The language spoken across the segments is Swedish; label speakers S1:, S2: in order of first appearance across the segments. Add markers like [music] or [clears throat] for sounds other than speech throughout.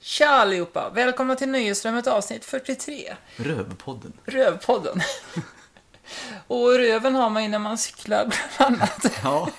S1: Tja allihopa! Välkomna till Nöjesrummet avsnitt 43,
S2: Rövpodden. [laughs]
S1: Rövpodden. och röven har man ju när man cyklar [laughs] bland annat.
S2: Ja.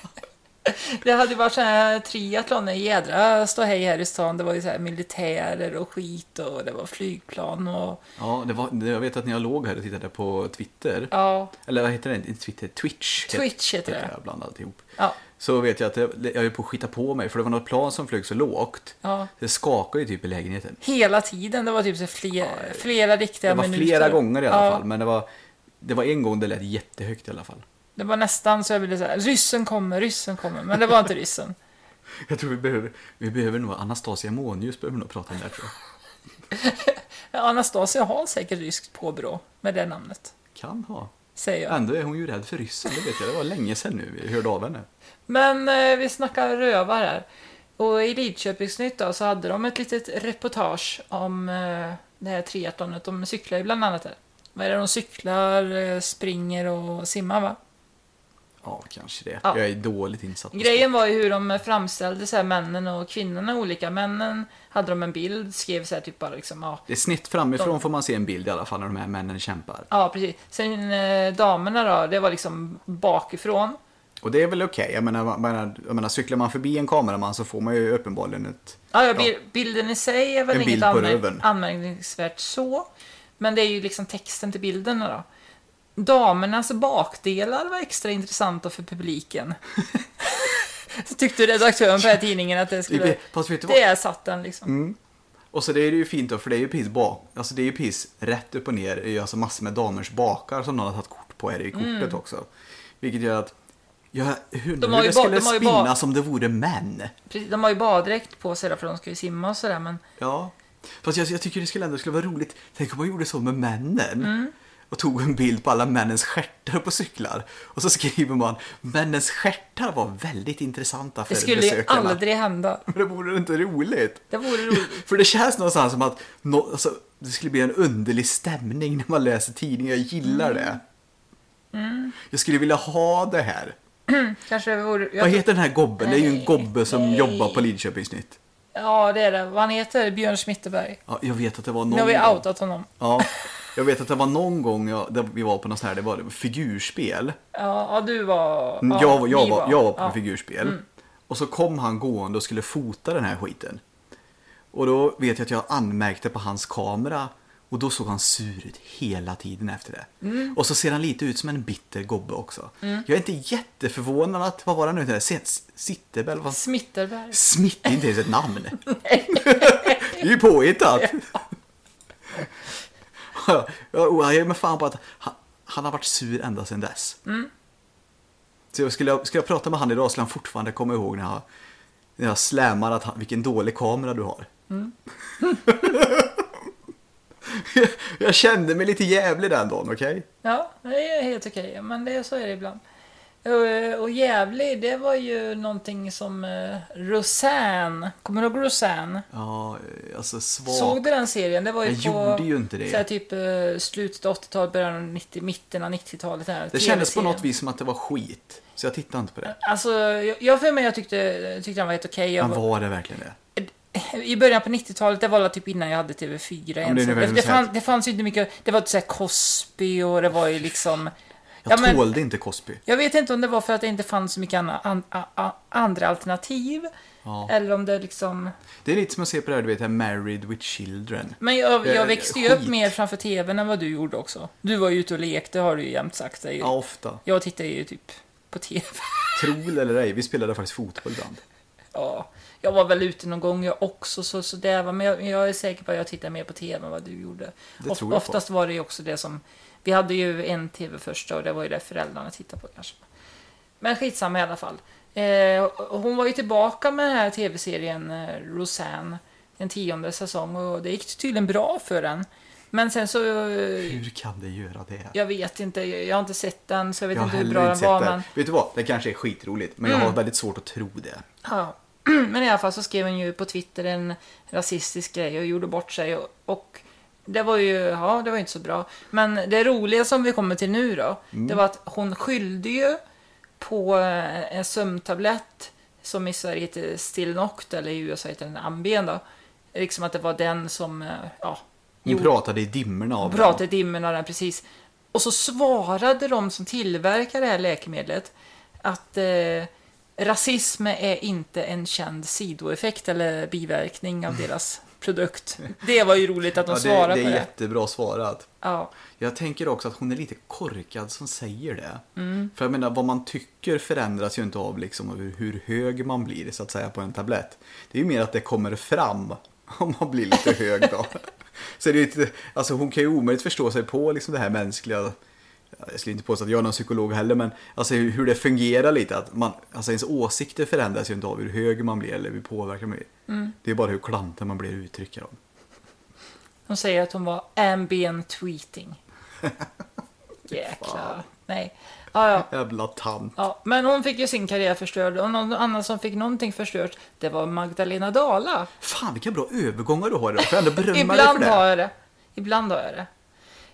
S1: Det hade ju varit sån här triathlon, en jädra ståhej här i stan. Det var ju så här militärer och skit och det var flygplan och
S2: ja det var, det- jag vet att när jag låg här och tittade på Twitter.
S1: ja,
S2: Eller vad heter det? Inte Twitter, Twitch.
S1: Twitch heter det.
S2: jag bland alltihop.
S1: ja,
S2: Så vet jag att jag, jag är på att skita på mig för det var något plan som flög så lågt.
S1: ja.
S2: Det skakade ju typ i lägenheten.
S1: Hela tiden, det var typ så flera, flera riktiga
S2: Det var
S1: minuter.
S2: flera gånger i alla
S1: Ja,
S2: fall. Men det var, det var en gång det lät jättehögt i alla fall.
S1: Det var nästan så jag ville säga, ryssen kommer, ryssen kommer. Men det var inte ryssen.
S2: Jag tror vi behöver, vi behöver nog Anastasia Månius behöver nog prata om det här tror jag.
S1: Anastasia har säkert ryskt påbrå med det namnet,
S2: Kan ha.
S1: säger jag.
S2: Ändå är hon ju rädd för ryssen, det vet jag. Det var länge sedan nu vi hörde av henne.
S1: Men eh, vi snackar rövar här. Och i Lidköpingsnytt då, så hade de ett litet reportage om eh, det här triathlonet. De cyklar ju bland annat där. Vad är det de cyklar, eh, springer och simmar va?
S2: Ja, kanske det.
S1: Ja.
S2: Jag är dåligt insatt. på
S1: Grejen var ju hur de framställde så här männen och kvinnorna olika. Männen hade de en bild, skrev så här typ bara liksom ja.
S2: Det är snett framifrån
S1: De-
S2: får man se en bild i alla fall när de här männen kämpar.
S1: Ja, precis. Sen eh, damerna då, det var liksom bakifrån.
S2: Och det är väl okej. Jag, menar, man- menar, jag menar, cyklar man förbi en kameraman så får man ju uppenbarligen ett...
S1: Ja, ja, bil- bilden i sig är väl
S2: En
S1: inget
S2: bild på
S1: anmärk-
S2: röven.
S1: anmärkningsvärt så. Men det är ju liksom texten till bilderna då. Damernas bakdelar var extra intressanta för publiken. [laughs] så tyckte redaktören på den här tidningen att det skulle...
S2: Fast vet du vad?
S1: Det satt den liksom.
S2: Mm. Och så det är ju fint då, för det är ju precis bak. Alltså det är ju precis rätt upp och ner. Det är ju alltså massor med damers bakar som någon har tagit kort på här i kortet också. Vilket gör att... Ja, hur
S1: Mm. De har ju
S2: det
S1: ba-
S2: skulle
S1: de har ju ba-
S2: spinna som det vore män.
S1: Precis, De har ju baddräkt på sig där för de ska ju simma och sådär men...
S2: Ja. Fast jag, jag tycker det skulle ändå skulle vara roligt. Tänk om man gjorde så med männen.
S1: Mm.
S2: Och tog en bild på alla männens stjärtar på cyklar. Och så skriver man männens stjärtar var väldigt intressanta för
S1: Det skulle ju
S2: besökarna.
S1: aldrig hända.
S2: [laughs]
S1: Mm,
S2: Men det vore inte roligt.
S1: Det vore roligt.
S2: [laughs] För det känns någonstans som att nå- alltså, det skulle bli en underlig stämning när man läser tidningar. Jag gillar det.
S1: Mm.
S2: Jag skulle vilja ha det här.
S1: Kanske det vore... jag
S2: Vad
S1: tror-
S2: heter den här gobben? Det är ju en
S1: Nej,
S2: gobbe som
S1: nej.
S2: jobbar på Lidköpingsnytt.
S1: Ja, det är det. Vad han heter? Björn Smitterberg.
S2: Ja, jag vet att det var någon...
S1: Nu har vi
S2: gång.
S1: outat honom.
S2: Ja, jag vet att det var någon gång jag, där vi var på något sånt här, det var figurspel.
S1: Ja, ja, du var...
S2: Mm, Jag,
S1: Ja,
S2: jag, jag,
S1: vi
S2: var, jag var på
S1: ja. Mm.
S2: figurspel. Och så kom han gående och skulle fota den här skiten. Och då vet jag att jag anmärkte på hans kamera och då såg han sur ut hela tiden efter det.
S1: Mm.
S2: Och så ser han lite ut som en bitter gobbe också. Jag är inte jätteförvånad att, vad var det nu, det där, Sit- Sitterberg? eller vad-
S1: Smitterberg.
S2: Smitt, det är inte ens
S1: [laughs]
S2: ett namn. [laughs] det är ju påhittat. Ja, jag ger mig fan på att han, han har varit sur ända sedan dess.
S1: Mm.
S2: Så jag skulle, jag- skulle jag prata med han idag skulle han fortfarande komma ihåg när jag, när jag slämmar att han, vilken dålig kamera du har.
S1: Mm.
S2: jag, [laughs] jag kände mig lite jävlig den dagen, okej?
S1: Ja, det är helt okej. Men det, så är det ibland. Eh, Och Gävlig, det var ju någonting som eh, Roseanne, kommer du ihåg Roseanne?
S2: Ja, alltså svag.
S1: Såg du den serien? Det var ju
S2: Jag
S1: på
S2: gjorde ju inte det.
S1: Så här, typ eh, slutet av 80-talet, början av 90, mitten av 90-talet. den här
S2: Det kändes på
S1: TV-serien.
S2: något vis som att det var skit. Så jag tittade inte på det.
S1: Alltså, jag, jag för mig jag tyckte, tyckte den var helt okej. Jag
S2: Men
S1: var-
S2: var det verkligen det?
S1: I början på 90-talet, det var väl typ innan jag hade TV4
S2: men det är
S1: ens. Det,
S2: ungefär
S1: det,
S2: så här-
S1: fann, det fanns ju inte mycket, det var typ såhär Cosby och det var ju liksom...
S2: Jag
S1: ja, men-
S2: tålde inte Cosby.
S1: jag vet inte om det var för att det inte fanns så mycket anna, an, a, a, andra alternativ.
S2: Ja.
S1: Eller om det liksom...
S2: Det är lite som att se på det här, du vet, här Married with Children.
S1: Men jag,
S2: Eh,
S1: jag växte ju upp
S2: skit.
S1: mer framför TVn än vad du gjorde också. Du var ju ute och lekte har du ju jämt sagt. Det är ju,
S2: Ja, ofta.
S1: Jag tittar ju typ på TV.
S2: Tro det eller ej, vi spelade faktiskt fotboll ibland.
S1: Ja, jag var väl ute någon gång jag också, så, så det var, men jag, jag är säker på att jag tittade mer på tv än vad du gjorde.
S2: Det tror jag på.
S1: oftast var det ju också det som... Vi hade ju en tv första och det var ju det föräldrarna tittade på kanske. Men skitsamma i alla fall. Eh, och- och hon var ju tillbaka med den här tv-serien eh, Roseanne, en tionde säsong, och det gick tydligen bra för den. Men sen så... eh,
S2: Hur kan det göra det?
S1: Jag vet inte, jag jag har inte sett den, så jag vet
S2: har
S1: inte hur
S2: heller
S1: bra den
S2: sett
S1: var.
S2: det.
S1: Men... Mm.
S2: Vet du vad, det kanske är skitroligt, men jag har väldigt svårt att tro det.
S1: Ja. [clears throat] Men i alla fall så skrev hon ju på Twitter en rasistisk grej och gjorde bort sig. Och, och det var ju, ja, det var ju inte så bra. Men det roliga som vi kommer till nu då, det var att hon skyllde ju på eh, en sömntablett som i Sverige heter Stilnoct eller i USA heter den Ambien då. Liksom att det var den som, eh, ja,
S2: Hon pratade i dimmerna av
S1: och
S2: den.
S1: pratade i dimmorna där precis. Och så svarade de som tillverkar det här läkemedlet att eh, rasism är inte en känd sidoeffekt eller biverkning av deras produkt. Det var ju roligt att de
S2: Mm. Ja, det,
S1: svarade
S2: det
S1: på
S2: är
S1: det.
S2: jättebra svarat.
S1: Ja,
S2: Jag tänker också att hon är lite korkad som säger det. För jag menar, vad man tycker förändras ju inte av liksom hur, hur hög man blir så att säga på en tablett. Det är ju mer att det kommer fram [laughs] om man blir lite hög då. Så det är ju inte, alltså hon kan ju omöjligt förstå sig på liksom det här mänskliga. Jag skulle inte påstå att jag är någon psykolog heller men alltså hur, hur det fungerar lite. Att man, alltså ens åsikter förändras ju inte av hur hög man blir eller hur påverkad man blir. Det är bara hur klantig man blir att uttrycka dem.
S1: de säger att hon var ambient
S2: [laughs]
S1: tweeting. Jäklar. Nej. Ja, ja.
S2: Jävla tant.
S1: Ja, men hon fick ju sin karriär förstörd och någon annan som fick någonting förstört, det var Magdalena Dala.
S2: Fan vilka bra övergångar du har idag. Får jag ändå berömma dig för
S1: Ibland
S2: det?
S1: har jag det. Ibland har jag det.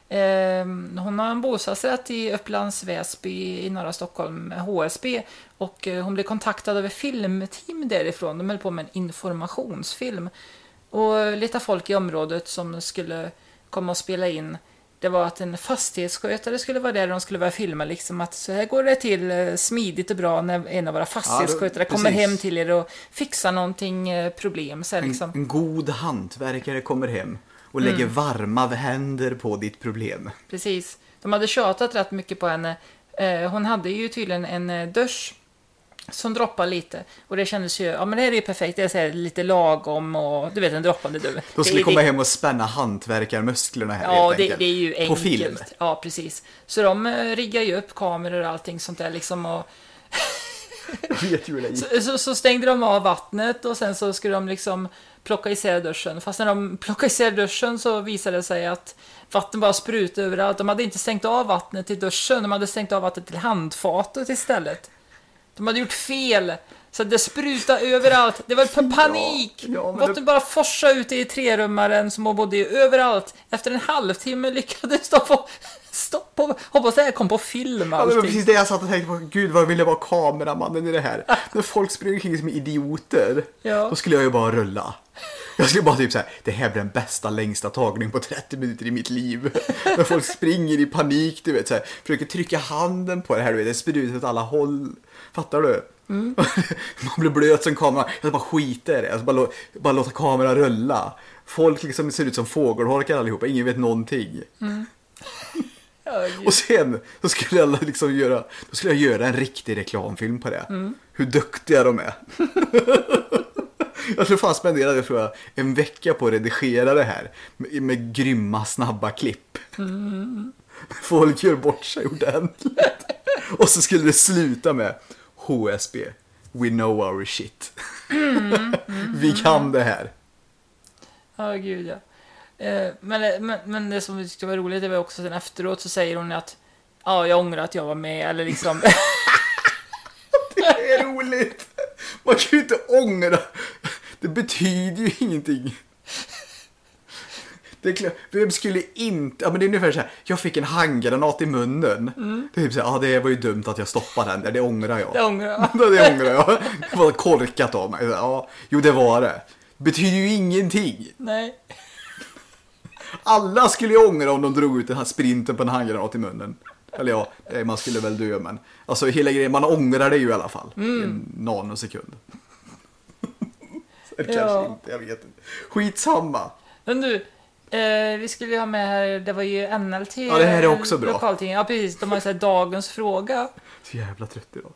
S1: Ehm, hon har en bostadsrätt i Upplands Väsby i norra Stockholm, HSB. Och eh, hon blev kontaktad av ett filmteam därifrån. De höll på med en informationsfilm. Och eh, lite folk i området som skulle komma och spela in. Det var att en fastighetsskötare skulle vara där och de skulle börja filma liksom att så här går det till eh, smidigt och bra när en av våra fastighetsskötare kommer
S2: precis.
S1: hem till er och fixar någonting eh, problem. Så här,
S2: En,
S1: liksom. Mm.
S2: en god hantverkare kommer hem och lägger varma händer på ditt problem.
S1: Precis. De hade tjatat rätt mycket på henne. Eh, Hon hade ju tydligen en eh, dusch som droppade lite. Och det kändes ju, ja men det här är ju perfekt. Det är så här lite lagom och du vet en droppande dusch.
S2: Då
S1: Det
S2: skulle
S1: är-
S2: komma
S1: det-
S2: hem och spänna hantverkarmusklerna här
S1: Ja,
S2: helt
S1: det,
S2: enkelt.
S1: det är ju enkelt.
S2: På film. [laughs]
S1: Ja, precis. Så de eh, riggar ju upp kameror och allting sånt där liksom. Och
S2: Vet ju hur det gick.
S1: så, så, så stängde de av vattnet och sen så skulle de liksom plocka isär duschen. Fast när de plockade isär duschen så visade det sig att vatten bara sprutade överallt. De hade inte stängt av vattnet till duschen, de hade stängt av vattnet till handfatet istället. De hade gjort fel. Så det sprutade överallt. Det var pa- panik!
S2: Ja, ja, men
S1: Vatten
S2: det-
S1: bara forsade ut i trerummaren som hon bodde i överallt. Efter en halvtimme lyckades de få [laughs] stopp på... Hoppas det här kom på film
S2: Ja, det var
S1: allting.
S2: precis det jag satt och tänkte på. Gud, vad vill jag vara kameramannen i det här? När folk springer omkring som idioter,
S1: Ja.
S2: då skulle jag ju bara rulla. Jag skulle bara typ så här, det här blir den bästa längsta tagning på 30 minuter i mitt liv. När folk springer i panik, du vet, så här, försöker trycka handen på det här, du vet, det sprutar åt alla håll. Fattar du?
S1: Mm.
S2: Man blir blöt som kamera, jag bara skiter i det, jag bara, lå- bara låta kameran rulla. Folk liksom ser ut som fågelholkar allihopa, ingen vet någonting.
S1: Ja, gud.
S2: Och sen så skulle jag liksom göra, då skulle jag göra en riktig reklamfilm på det. Hur duktiga de är. jag tror fan spenderade tror jag, en vecka på att redigera det här. Med, med grymma snabba klipp. Folk gör bort sig ordentligt. Och så skulle det sluta med HSB. We know our shit. [laughs] Vi kan det här.
S1: Ja, gud ja. Eh, Men, det- men, men det som vi tyckte var roligt det var också sen efteråt så säger hon att ja, jag ångrar att jag var med eller
S2: [laughs]
S1: liksom. [laughs]
S2: Det är roligt. Man kan ju inte ångra. Det betyder ju ingenting. Det är klart, vem skulle inte... Ja, men det är ungefär så här, jag fick en handgranat i munnen. Det är typ så här, ah, det var ju dumt att jag stoppade den, där, det ångrar jag.
S1: Mm. Det ångrar jag.
S2: [laughs] Ja, det ångrar jag. Det var korkat av mig. Ja, jo, det var det. Betyder ju ingenting.
S1: Nej.
S2: Alla skulle ju ångra om de drog ut den här sprinten på en handgranat i munnen. Eller ja, eh, man skulle väl dö men. Alltså hela grejen, man ångrar det ju i alla fall.
S1: Mm.
S2: I en nanosekund. [laughs] Eller
S1: Ja.
S2: kanske inte, jag vet inte. Skitsamma.
S1: Men du, eh, vi skulle ju ha med här, det var ju NLT.
S2: Ja, det här är också bra.
S1: Lokaltidning. Ja, precis. De har ju så här dagens fråga.
S2: Så jävla trött idag.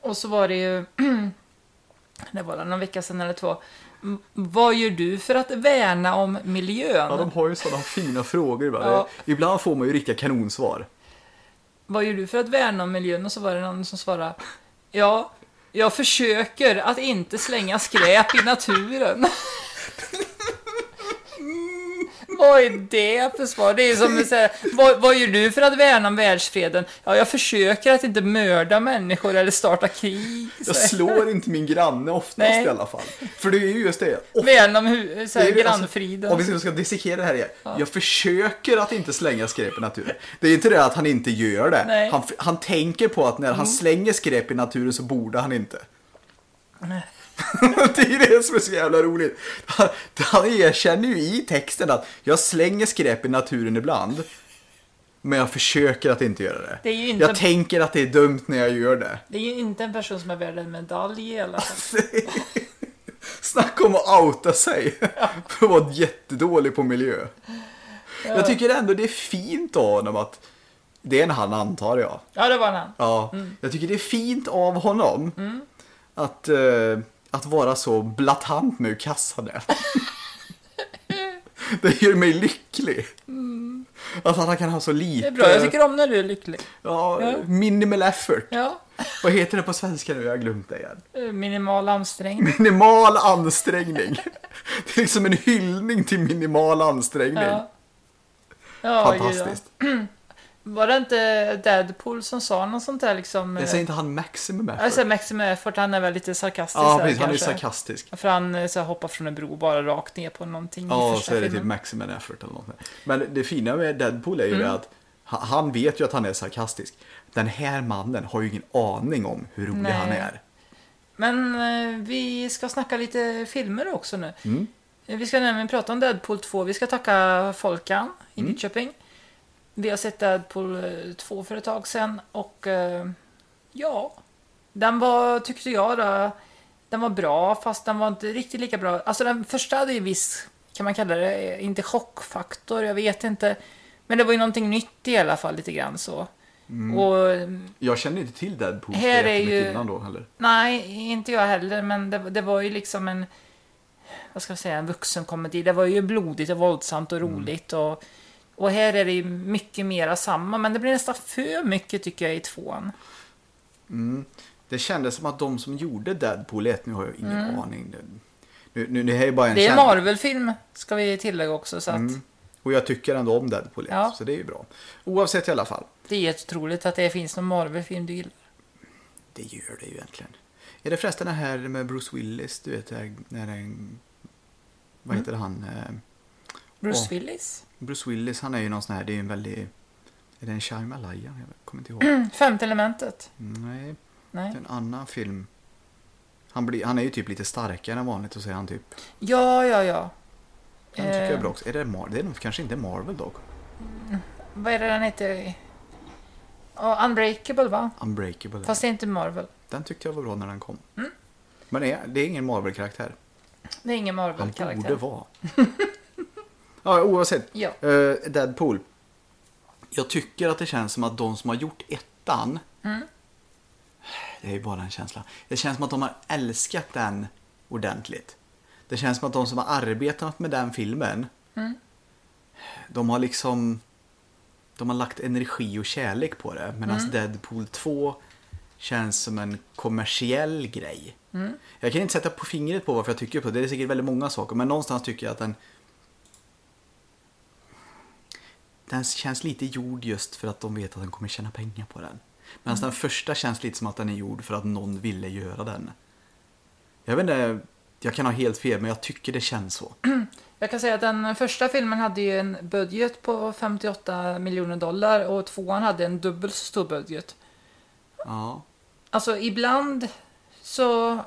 S1: Och så var det ju, [clears throat] det var någon vecka sedan eller två. M- Vad gör du för att värna om miljön?
S2: Ja, de har ju sådana fina frågor ibland.
S1: Ja.
S2: Ibland får man ju riktiga kanonsvar.
S1: Vad gör du för att värna om miljön? Och så var det någon som svarade Ja, jag försöker att inte slänga skräp i
S2: [laughs]
S1: naturen. Vad är det för svar? Det är som så här, vad, vad gör du för att värna om världsfreden? Ja, jag försöker att inte mörda människor eller starta krig. Så
S2: Jag
S1: här,
S2: slår inte min granne oftast
S1: Nej.
S2: i alla fall. För det är ju just det.
S1: värna om hu- så här,
S2: Det är ju- alltså,
S1: grannfriden.
S2: Om vi ska dissekera det här igen. Jag försöker att inte slänga skräp i naturen. Det är inte det att han inte gör det.
S1: Nej. Mm.
S2: Han, han tänker på att när han slänger skräp i naturen så borde han inte. [laughs] det är ju det som är så jävla roligt. Han, han erkänner ju i texten att jag slänger skräp i naturen ibland. Men jag försöker att inte göra det.
S1: Det är ju inte-
S2: Jag tänker att det är dumt när jag gör det.
S1: Det är ju inte en person som är värd en medalj i alla fall.
S2: [laughs] Snacka om att outa sig. [laughs] För att vara jättedålig på miljö. Jag tycker ändå det är fint av honom att... Det är en han antar jag.
S1: Ja, det var han.
S2: Ja,
S1: Mm.
S2: jag tycker det är fint av honom att, eh, att vara så blatant med hur kass han är. [laughs] det gör mig lycklig. Att han kan ha så lite...
S1: Mm. Det är bra, jag tycker om när du är lycklig.
S2: ja,
S1: ja.
S2: Minimal effort.
S1: Ja.
S2: Vad heter det på svenska nu? Jag har glömt det igen.
S1: eh, Minimal ansträngning.
S2: Minimal ansträngning. det är liksom en hyllning till minimal ansträngning.
S1: Ja. Ja, ju,
S2: Fantastiskt.
S1: Ja. Var det inte Deadpool som sa något sånt där liksom?
S2: Jag säger inte han maximum effort?
S1: Alltså Maximum Effort, han är väl lite sarkastisk
S2: ja,
S1: där,
S2: precis. Han är ju
S1: kanske.
S2: sarkastisk.
S1: För han eh, så här, hoppar från en bro bara rakt ner på någonting i
S2: Ja,
S1: första
S2: så är det
S1: filmen.
S2: typ maximum effort eller något. Men det fina med Deadpool är ju
S1: Mm.
S2: det att ha- han vet ju att han är sarkastisk. Den här mannen har ju ingen aning om hur rolig
S1: Nej.
S2: han är.
S1: Men eh, vi ska snacka lite filmer också nu. Eh, Vi ska nämligen prata om Deadpool 2. Vi ska tacka Folkan i Nyköping. Vi har sett Deadpool eh, 2 för ett tag sedan och eh, ja, den var, tyckte jag då, den var bra fast den var inte riktigt lika bra. Alltså den första hade ju viss, kan man kalla det, eh, inte chockfaktor, jag vet inte. Men det var ju någonting nytt i alla fall lite grann så. Och eh,
S2: Jag känner inte till Deadpool så
S1: Här är
S2: jättemycket
S1: ju-
S2: innan då heller.
S1: Nej, inte jag heller, men det, det var ju liksom en, vad ska jag säga, en vuxenkomedi. Det var ju blodigt och våldsamt
S2: Mm.
S1: och roligt och, och här är det ju mycket mera samma, men det blir nästan för mycket tycker jag i tvåan.
S2: Det kändes som att de som gjorde Deadpool 1, nu har jag ingen aning. Nu, nu, nu är ju bara en
S1: Mm. Det är en
S2: känd-
S1: Marvel-film, ska vi tillägga också, så att
S2: Mm. Och jag tycker ändå om Deadpool 1,
S1: Ja.
S2: så det är ju bra. Oavsett i alla fall.
S1: det är helt otroligt att det finns någon Marvel-film du gillar.
S2: Det gör det ju egentligen. Är det förresten det här med Bruce Willis, du vet, det här- när den... Vad
S1: Mm.
S2: heter han? Eh,
S1: Bruce
S2: Åh.
S1: Willis?
S2: Bruce Willis, han är ju någon sån här, det är ju en väldigt... Är det en Shyamalan? Jag kommer inte ihåg.
S1: Mm, Femte elementet?
S2: Nej, det
S1: Nej.
S2: är en annan film. Han, blir, han är ju typ lite starkare än vanligt och så är han typ...
S1: Ja, ja, ja.
S2: Den tycker jag är
S1: Eh.
S2: bra också. Är det, Mar- det är nog kanske inte Marvel dock.
S1: Vad är det den heter? Ja, Unbreakable, va?
S2: Unbreakable.
S1: Fast Mm. det är inte Marvel.
S2: Den tyckte jag var bra när den kom. Men det är, det är ingen Marvel-karaktär.
S1: Det är ingen
S2: Han
S1: Marvel-karaktär.
S2: borde vara. ja, oavsett.
S1: Ja.
S2: Eh, Deadpool. Jag tycker att det känns som att de som har gjort ettan. Det är ju bara en känsla. Det känns som att de har älskat den ordentligt. Det känns som att de som har arbetat med den filmen. De har liksom. De har lagt energi och kärlek på det. Medan Deadpool 2 känns som en kommersiell grej. Jag kan inte sätta på fingret på varför jag tycker på det. Det är säkert väldigt många saker. Men någonstans tycker jag att den, den känns lite gjord just för att de vet att de kommer tjäna pengar på den. Medan den första känns lite som att den är gjord för att någon ville göra den. Jag vet inte, jag kan ha helt fel men jag tycker det känns så.
S1: Jag kan säga att den första filmen hade ju en budget på 58 miljoner dollar och tvåan hade en dubbelt så stor budget.
S2: Ja,
S1: Alltså ibland så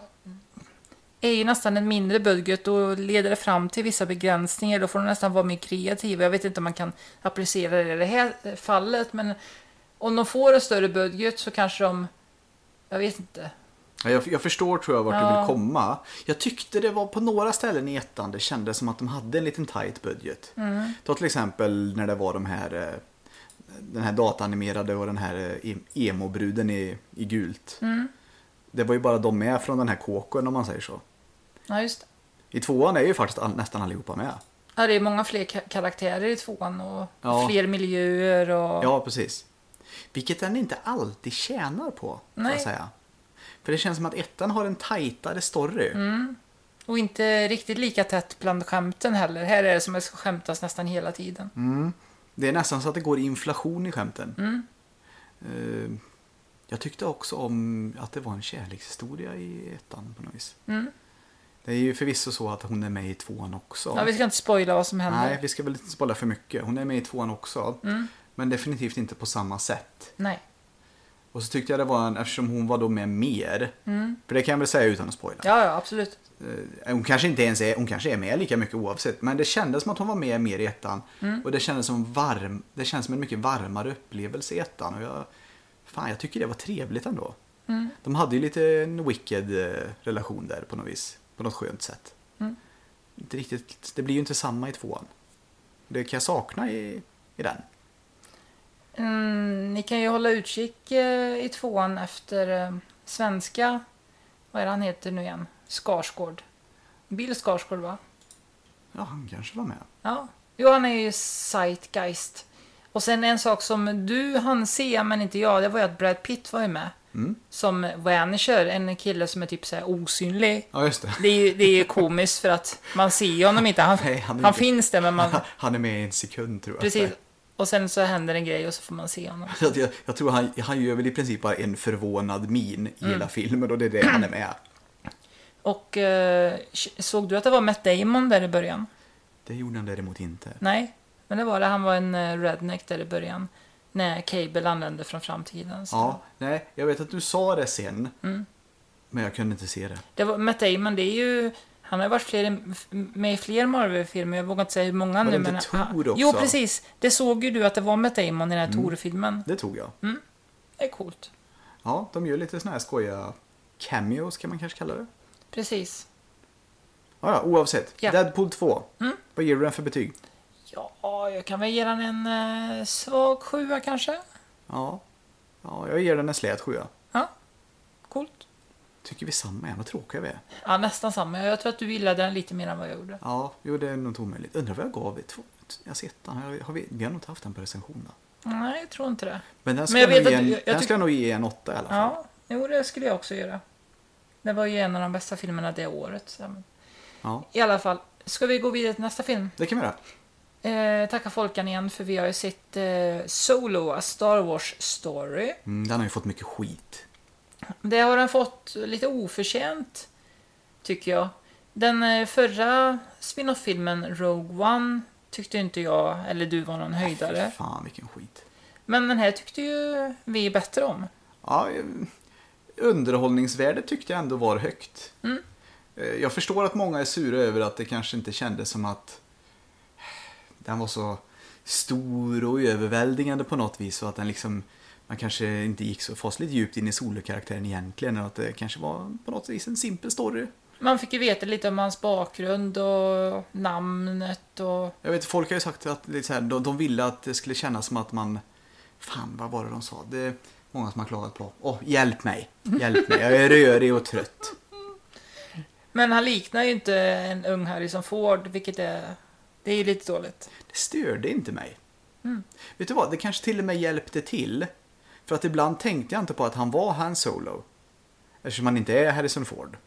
S1: är ju nästan en mindre budget och leder det fram till vissa begränsningar. Då får de nästan vara mer kreativa. Jag vet inte om man kan applicera det i det här fallet, men om de får en större budget så kanske de... Jag vet inte.
S2: Ja, jag, jag förstår tror jag vart du
S1: Ja.
S2: vill komma. Jag tyckte det var på några ställen i ettan det kändes som att de hade en liten tight budget. Ta till exempel när det var de här eh, den här dataanimerade och den här eh, em- emo-bruden i, i gult. Det var ju bara de med från den här kåken om man säger så.
S1: Ja, just det.
S2: I tvåan är ju faktiskt all, nästan allihopa med.
S1: Ja, det är många fler ka- karaktärer i tvåan och
S2: Ja.
S1: fler miljöer och...
S2: Ja, precis. Vilket den inte alltid tjänar på. får
S1: Nej.
S2: Jag säga. För det känns som att ettan har en tajtare story.
S1: Mm. Och inte riktigt lika tätt bland skämten heller. Här är det som att det ska skämtas nästan hela tiden.
S2: Det är nästan så att det går inflation i skämten.
S1: Mm.
S2: Eh, Jag tyckte också om att det var en kärlekshistoria i ettan på något vis.
S1: Mm.
S2: Det är ju förvisso så att hon är med i tvåan också.
S1: Ja, vi ska inte spoila vad som händer.
S2: Nej, vi ska väl inte spoila
S1: Mm.
S2: för mycket. Hon är med i tvåan också. Men definitivt inte på samma sätt.
S1: Nej.
S2: Och så tyckte jag det var en, eftersom hon var då med mer. För det kan jag väl säga utan att spoila.
S1: Mm. Ja, ja, absolut.
S2: Eh, Hon kanske inte ens är, hon kanske är med lika mycket oavsett. Men det kändes som att hon var med mer i ettan.
S1: Mm.
S2: Och det kändes som varm, det kändes som en mycket varmare upplevelse i ettan. Och jag, fan, jag tycker det var trevligt ändå.
S1: Mm.
S2: De hade ju lite en wicked eh, relation där på något vis. På något skönt sätt.
S1: Mm.
S2: Inte riktigt, det blir ju inte samma i tvåan. Det kan jag sakna i, i den.
S1: Mm, ni kan ju hålla utkik eh, i tvåan efter eh, svenska, vad är det han heter nu igen? Skarsgård. Bill Skarsgård va?
S2: Ja, han kanske var med.
S1: Ja. Jo, han är ju Zeitgeist. Och sen en sak som du han se men inte jag, det var ju att Brad Pitt var ju med. Som vanisher, en kille som är typ så här osynlig.
S2: Ja, just det.
S1: Det är ju, det är ju komiskt för att man ser ju honom inte. Han,
S2: Nej, han
S1: han,
S2: är inte-
S1: finns där men man...
S2: [laughs] Han är med i en sekund tror jag.
S1: Precis. Och sen så händer en grej och så får man se honom.
S2: [laughs] Så att jag, jag tror han, han gör väl i princip bara en förvånad min i hela filmen och det är det han är med.
S1: Och eh, såg du att det var Matt Damon där i början?
S2: Det gjorde han däremot inte.
S1: Nej, men det var det. Han var en eh, redneck där i början. När Cable anlände från framtiden. Så.
S2: Ja, nej, jag vet att du sa det sen. Men jag kunde inte se det.
S1: Det var, Matt Damon, det är ju... Han har ju varit fler, med i fler Marvel-filmer. Jag vågar inte säga hur många
S2: det
S1: nu.
S2: inte
S1: men,
S2: Thor
S1: han-
S2: också? Mm.
S1: Jo, precis. Det såg ju du att det var Matt Damon i den här Tor-filmen.
S2: Det tog jag.
S1: Det är coolt.
S2: Ja, de gör lite såna här skoja cameos kan man kanske kalla det.
S1: Precis.
S2: Ja, ja oavsett.
S1: Ja.
S2: Deadpool 2. Vad ger du den för betyg?
S1: Ja, jag kan väl ge den en eh, svag sjua kanske.
S2: Ja, ja jag ger den en slät sjua.
S1: Ja, coolt.
S2: Tycker vi samma igen? Vad tråkiga vi är.
S1: Ja, nästan samma. Jag tror att du gillade den lite mer än vad jag gjorde.
S2: Ja, jo det är nog inte omöjligt. Undrar vad jag gav i två... Jag sett den. Har vi- Har vi, vi har nog inte haft den på recension då.
S1: Nej, jag tror inte det.
S2: Men den ska,
S1: Men jag
S2: jag,
S1: vet
S2: nog
S1: att
S2: ge en,
S1: jag- jag
S2: den
S1: tyck-
S2: ska jag nog ge en åtta i alla fall.
S1: Ja, jo, det skulle jag också göra. Det var ju en av de bästa filmerna det året. Så. men-
S2: Ja,
S1: I alla fall, ska vi gå vidare till nästa film?
S2: det kan vi göra.
S1: Eh, tacka Folkan igen för vi har ju sett eh, Solo, A Star Wars Story.
S2: Mm, den har ju fått mycket skit.
S1: Det har den fått lite oförtjänt, tycker jag. Den eh, förra spin-off-filmen Rogue One tyckte inte jag, eller du var någon höjdare.
S2: Fan vilken skit.
S1: Men den här tyckte ju vi bättre om.
S2: Ja, eh, underhållningsvärdet tyckte jag ändå var högt.
S1: Mm.
S2: Eh, Jag förstår att många är sura över att det kanske inte kändes som att eh, den var så stor och överväldigande på något vis. Och att den liksom, man kanske inte gick så fasligt djupt in i solokaraktären egentligen. Och att det kanske var på något vis en simpel story.
S1: Man fick ju veta lite om hans bakgrund och namnet och...
S2: Jag vet, folk har ju sagt att det är så här, de, de ville att det skulle kännas som att man... Fan, vad var det de sa? Det är många som har klagat på. Åh, hjälp mig! Hjälp mig, jag är rörig och trött.
S1: Men han liknar ju inte en ung Harrison Ford, vilket är... Det är ju lite dåligt.
S2: Det störde inte mig. Vet du vad, det kanske till och med hjälpte till. För att ibland tänkte jag inte på att han var Han Solo. Eftersom han inte är Harrison Ford.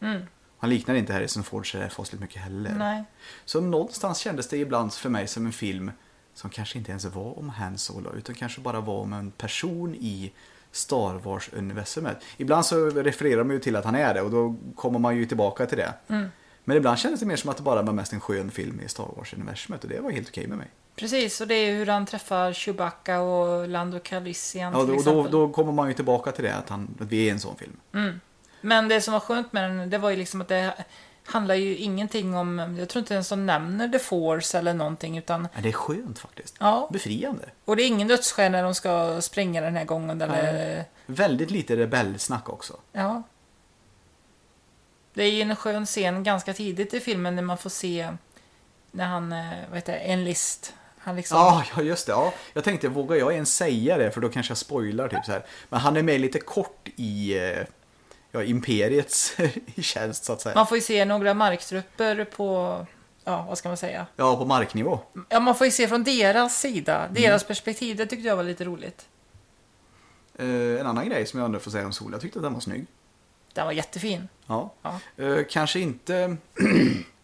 S2: Han liknar inte Harrison Ford så där fasligt mycket heller.
S1: Nej.
S2: Så någonstans kändes det ibland för mig som en film som kanske inte ens var om Han Solo utan kanske bara var om en person i Star Wars-universumet. Ibland så refererar man ju till att han är det och då kommer man ju tillbaka till det.
S1: Mm.
S2: Men ibland kändes det mer som att det bara var mest en skön film i Star Wars-universumet och det var helt okej med mig.
S1: Precis, och det är ju hur han träffar Chewbacca och Lando Calrissian
S2: Ja,
S1: till
S2: då,
S1: exempel.
S2: då, då kommer man ju tillbaka till det att, han, att vi är en sån film.
S1: Men det som var skönt med den, det var ju liksom att det handlar ju ingenting om... Jag tror inte ens de nämner The Force eller någonting, utan...
S2: Men det är skönt faktiskt.
S1: Ja.
S2: Befriande.
S1: Och det är ingen dödsstjärna när de ska spränga den här gången, eller...
S2: Väldigt lite rebellsnack också.
S1: Ja. Det är ju en skön scen ganska tidigt i filmen när man får se när han, eh, vad heter det, en list. Han liksom...
S2: Ja, ja just det. Ja. Jag tänkte, vågar jag ens säga det? För då kanske jag spoilar typ så här. Men han är med lite kort i eh, ja, Imperiets [laughs] i tjänst så att säga.
S1: Man får ju se några marktrupper på, ja vad ska man säga?
S2: Ja, på marknivå.
S1: Ja, man får ju se från deras sida, deras perspektiv. Det tyckte jag var lite roligt.
S2: Eh, en annan grej som jag undrar får säga om Sol, jag tyckte att den var snygg.
S1: Den var jättefin.
S2: Ja.
S1: Ja.
S2: Eh, kanske inte...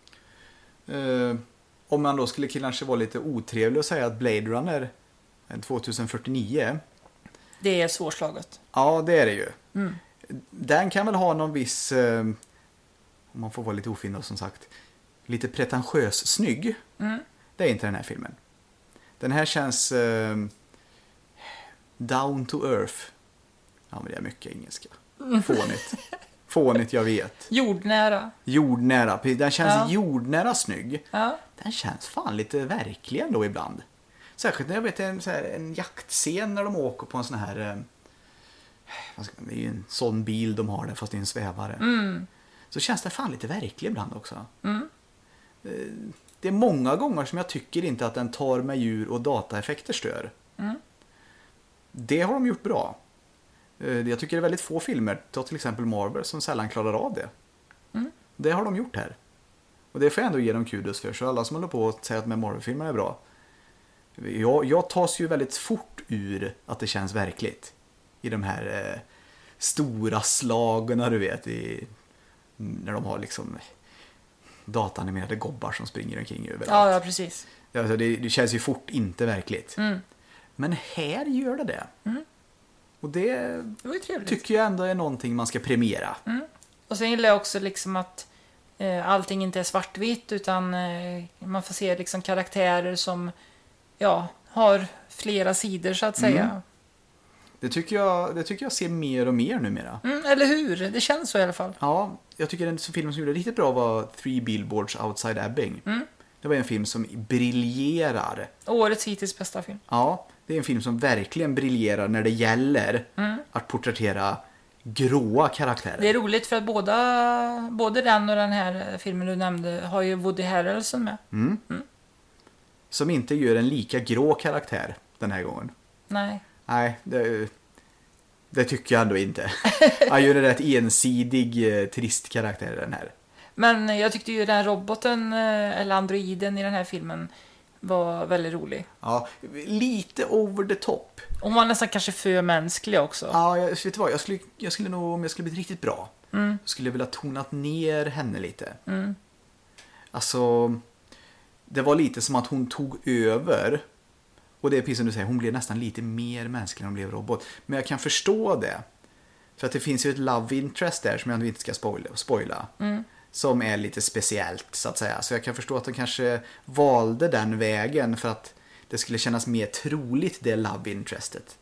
S2: [clears throat] eh, om man då skulle kanske vara lite otrevlig och säga att Blade Runner eh, 2049
S1: Det är svårslaget.
S2: Ja, det är det ju. Den kan väl ha någon viss, eh, om man får vara lite ofin då som sagt, lite pretentiös snygg. Det är inte den här filmen. Den här känns eh, down to earth. Ja, men det är mycket engelska. Fånigt. Fånigt, jag vet.
S1: Jordnära.
S2: Jordnära. precis. Den känns
S1: Ja.
S2: jordnära snygg.
S1: Ja.
S2: Den känns fan lite verklig ändå ibland. Särskilt när jag vet en, så här, en jaktscen när de åker på en sån här... eh, Vad ska, det är ju en sån bil de har där fast det är en svävare.
S1: Mm.
S2: Så känns det fan lite verklig ibland också. Eh, Det är många gånger som jag tycker inte att den tar med djur och dataeffekter stör.
S1: Mm.
S2: Det har de gjort bra. Eh, Jag tycker det är väldigt få filmer, ta till exempel Marvel, som sällan klarar av det. Det har de gjort här. Och det får jag ändå ge dem kudos för. Så alla som håller på att säga att Marvel-filmerna är bra. Jag, jag tas ju väldigt fort ur att det känns verkligt. I de här eh, stora slagen, du vet. I, när de har liksom datanimerade gobbar som springer omkring överallt.
S1: Ja, ja, precis.
S2: Alltså, det, det känns ju fort inte verkligt. Men här gör det det. Och det
S1: Det var ju trevligt.
S2: tycker jag ändå är någonting man ska premiera.
S1: Och sen gillar jag också liksom att eh, allting inte är svartvitt utan eh, man får se liksom karaktärer som ja, har flera sidor så att säga.
S2: Det, tycker jag, det tycker jag ser mer och mer numera.
S1: Mm, eller hur? Det känns så i alla fall.
S2: Ja, jag tycker den film som gjorde det riktigt bra var Three Billboards Outside Ebbing. Det var en film som briljerar.
S1: Årets hittills bästa film.
S2: Ja, det är en film som verkligen briljerar när det gäller att porträttera gråa karaktärer.
S1: Det är roligt för att båda, både den och den här eh, filmen du nämnde har ju Woody Harrelson med.
S2: Som inte gör en lika grå karaktär den här gången.
S1: Nej.
S2: Nej, det, det tycker jag ändå inte. Han gör en rätt ensidig, eh, trist karaktär i den här.
S1: Men jag tyckte ju den roboten, eh, eller androiden i den här filmen var väldigt rolig.
S2: Ja, lite over the top.
S1: Hon var nästan kanske för mänsklig också.
S2: Ja, jag, alltså, vet du vad? Jag skulle, jag skulle nog, om jag skulle bli riktigt bra, skulle jag vilja tonat ner henne lite. Mm. Alltså, det var lite som att hon tog över. Och det är precis som du säger, hon blev nästan lite mer mänsklig när hon blev robot. Men jag kan förstå det. För att det finns ju ett love interest där som jag inte ska spoila. spoila Som är lite speciellt så att säga. Så jag kan förstå att de kanske valde den vägen för att det skulle kännas mer troligt det love interestet.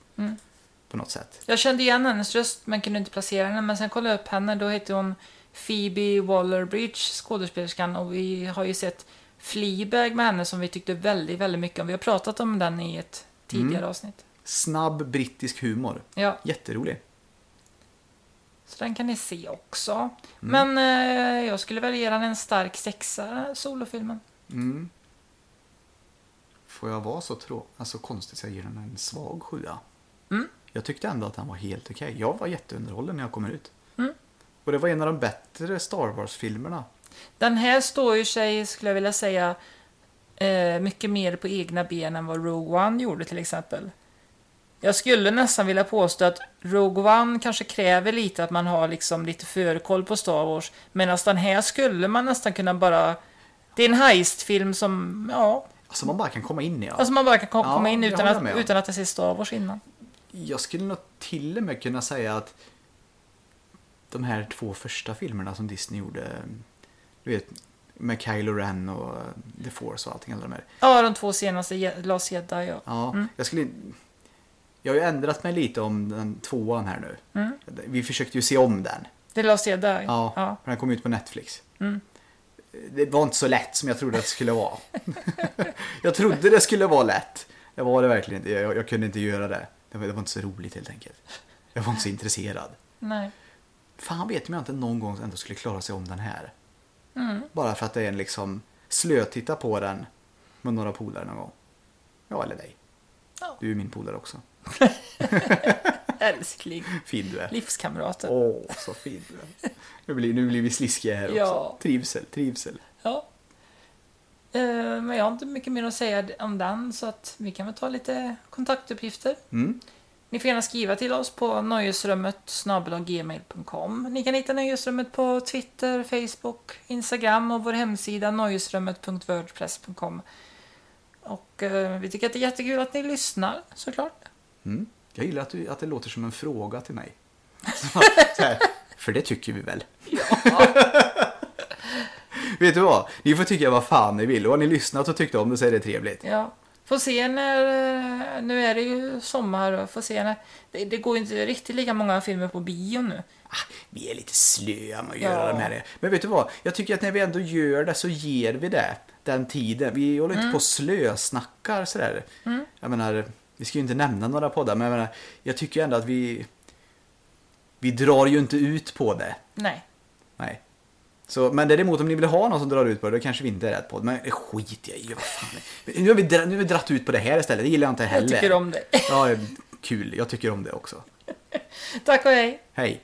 S2: På något sätt.
S1: Jag kände igen hennes röst men kunde inte placera henne. Men sen kollade jag upp henne. Då hette hon Phoebe Waller-Bridge, skådespelerskan. Och vi har ju sett Fleabag med henne som vi tyckte väldigt, väldigt mycket om. Vi har pratat om den i ett tidigare avsnitt.
S2: Snabb brittisk humor.
S1: Ja,
S2: Jätterolig.
S1: så den kan ni se också. Men eh, jag skulle väl ge den en stark sexa, den här solofilmen.
S2: Får jag vara så trå... alltså, konstigt så jag ger den en svag sjua? Jag tyckte ändå att den var helt okej. Jag var jätteunderhållen när jag kom ut. Och det var en av de bättre Star Wars-filmerna.
S1: Den här står ju sig, skulle jag vilja säga, eh, mycket mer på egna ben än vad Rogue One gjorde till exempel. Jag skulle nästan vilja påstå att Rogue One kanske kräver lite att man har liksom lite förkoll på Star Wars. Medan den här skulle man nästan kunna bara... Det är en heistfilm som, ja,
S2: Alltså man bara kan komma in i. Ja.
S1: alltså man bara kan kom-
S2: Ja,
S1: komma in
S2: det
S1: utan
S2: håller jag med
S1: att,
S2: om.
S1: utan att det ser Star Wars innan.
S2: Jag skulle nog till och med kunna säga att de här två första filmerna som Disney gjorde, du vet, med Kylo Ren och The Force och allting, alla de här.
S1: Ja, de två senaste, Je- Last Jedi, ja.
S2: Ja, jag skulle... Jag har ju ändrat mig lite om den tvåan här nu. Vi försökte ju se om den.
S1: Det är Last Jedi.
S2: Ja,
S1: Ja.
S2: för den kom ut på Netflix. Det var inte så lätt som jag trodde att det skulle vara. [laughs] jag trodde det skulle vara lätt. Det var det verkligen inte. Jag, jag kunde inte göra det. Det var, det var inte så roligt helt enkelt. Jag var inte så intresserad.
S1: Nej.
S2: Fan vet om jag inte någon gång ändå skulle klara sig om den här.
S1: Mm.
S2: Bara för att det är en liksom slötitta på den med några polare någon gång. Ja, eller dig.
S1: Ja.
S2: Du är min polare också.
S1: Älskling.
S2: Fin du är.
S1: Livskamrater.
S2: Åh, så fin du är. Nu blir, nu blir vi sliskiga här
S1: Ja.
S2: också. Trivsel, trivsel.
S1: Ja. Eh, Men jag har inte mycket mer att säga om den så att vi kan väl ta lite kontaktuppgifter.
S2: Mm.
S1: Ni får gärna skriva till oss på nöjesrummet gmail.com. Ni kan hitta Nöjesrummet på Twitter, Facebook, Instagram och vår hemsida nöjesrummet.wordpress.com. Och eh, vi tycker att det är jättekul att ni lyssnar såklart.
S2: Mm. Jag gillar att, du, att det låter som en fråga
S1: [laughs]
S2: till mig. så här, för det tycker vi väl? [laughs] Vet du vad? Ni får tycka vad fan ni vill. Och har ni lyssnat och tyckt om det så är det trevligt.
S1: Ja. Får se när, eh, nu är det ju sommar och får se när, det, det går ju inte riktigt lika många filmer på bio nu.
S2: Ah, vi är lite slöa med att göra
S1: Ja.
S2: de här. Men vet du vad? Jag tycker att när vi ändå gör det så ger vi det den tiden. Vi håller inte på och slösnackar sådär. Jag menar, vi ska ju inte nämna några poddar, men jag, menar, jag tycker ändå att vi... Vi drar ju inte ut på det.
S1: Nej.
S2: Nej. Så, men däremot om ni vill ha någon som drar ut på det, då kanske vi inte är rätt podd. Men det skiter jag i. Vad fan. Nu har vi, dra- nu har vi dratt ut på det här istället. Det gillar jag inte heller.
S1: Jag tycker om det. [laughs]
S2: Ja, kul. Jag tycker om det också.
S1: Tack och hej.
S2: Hej.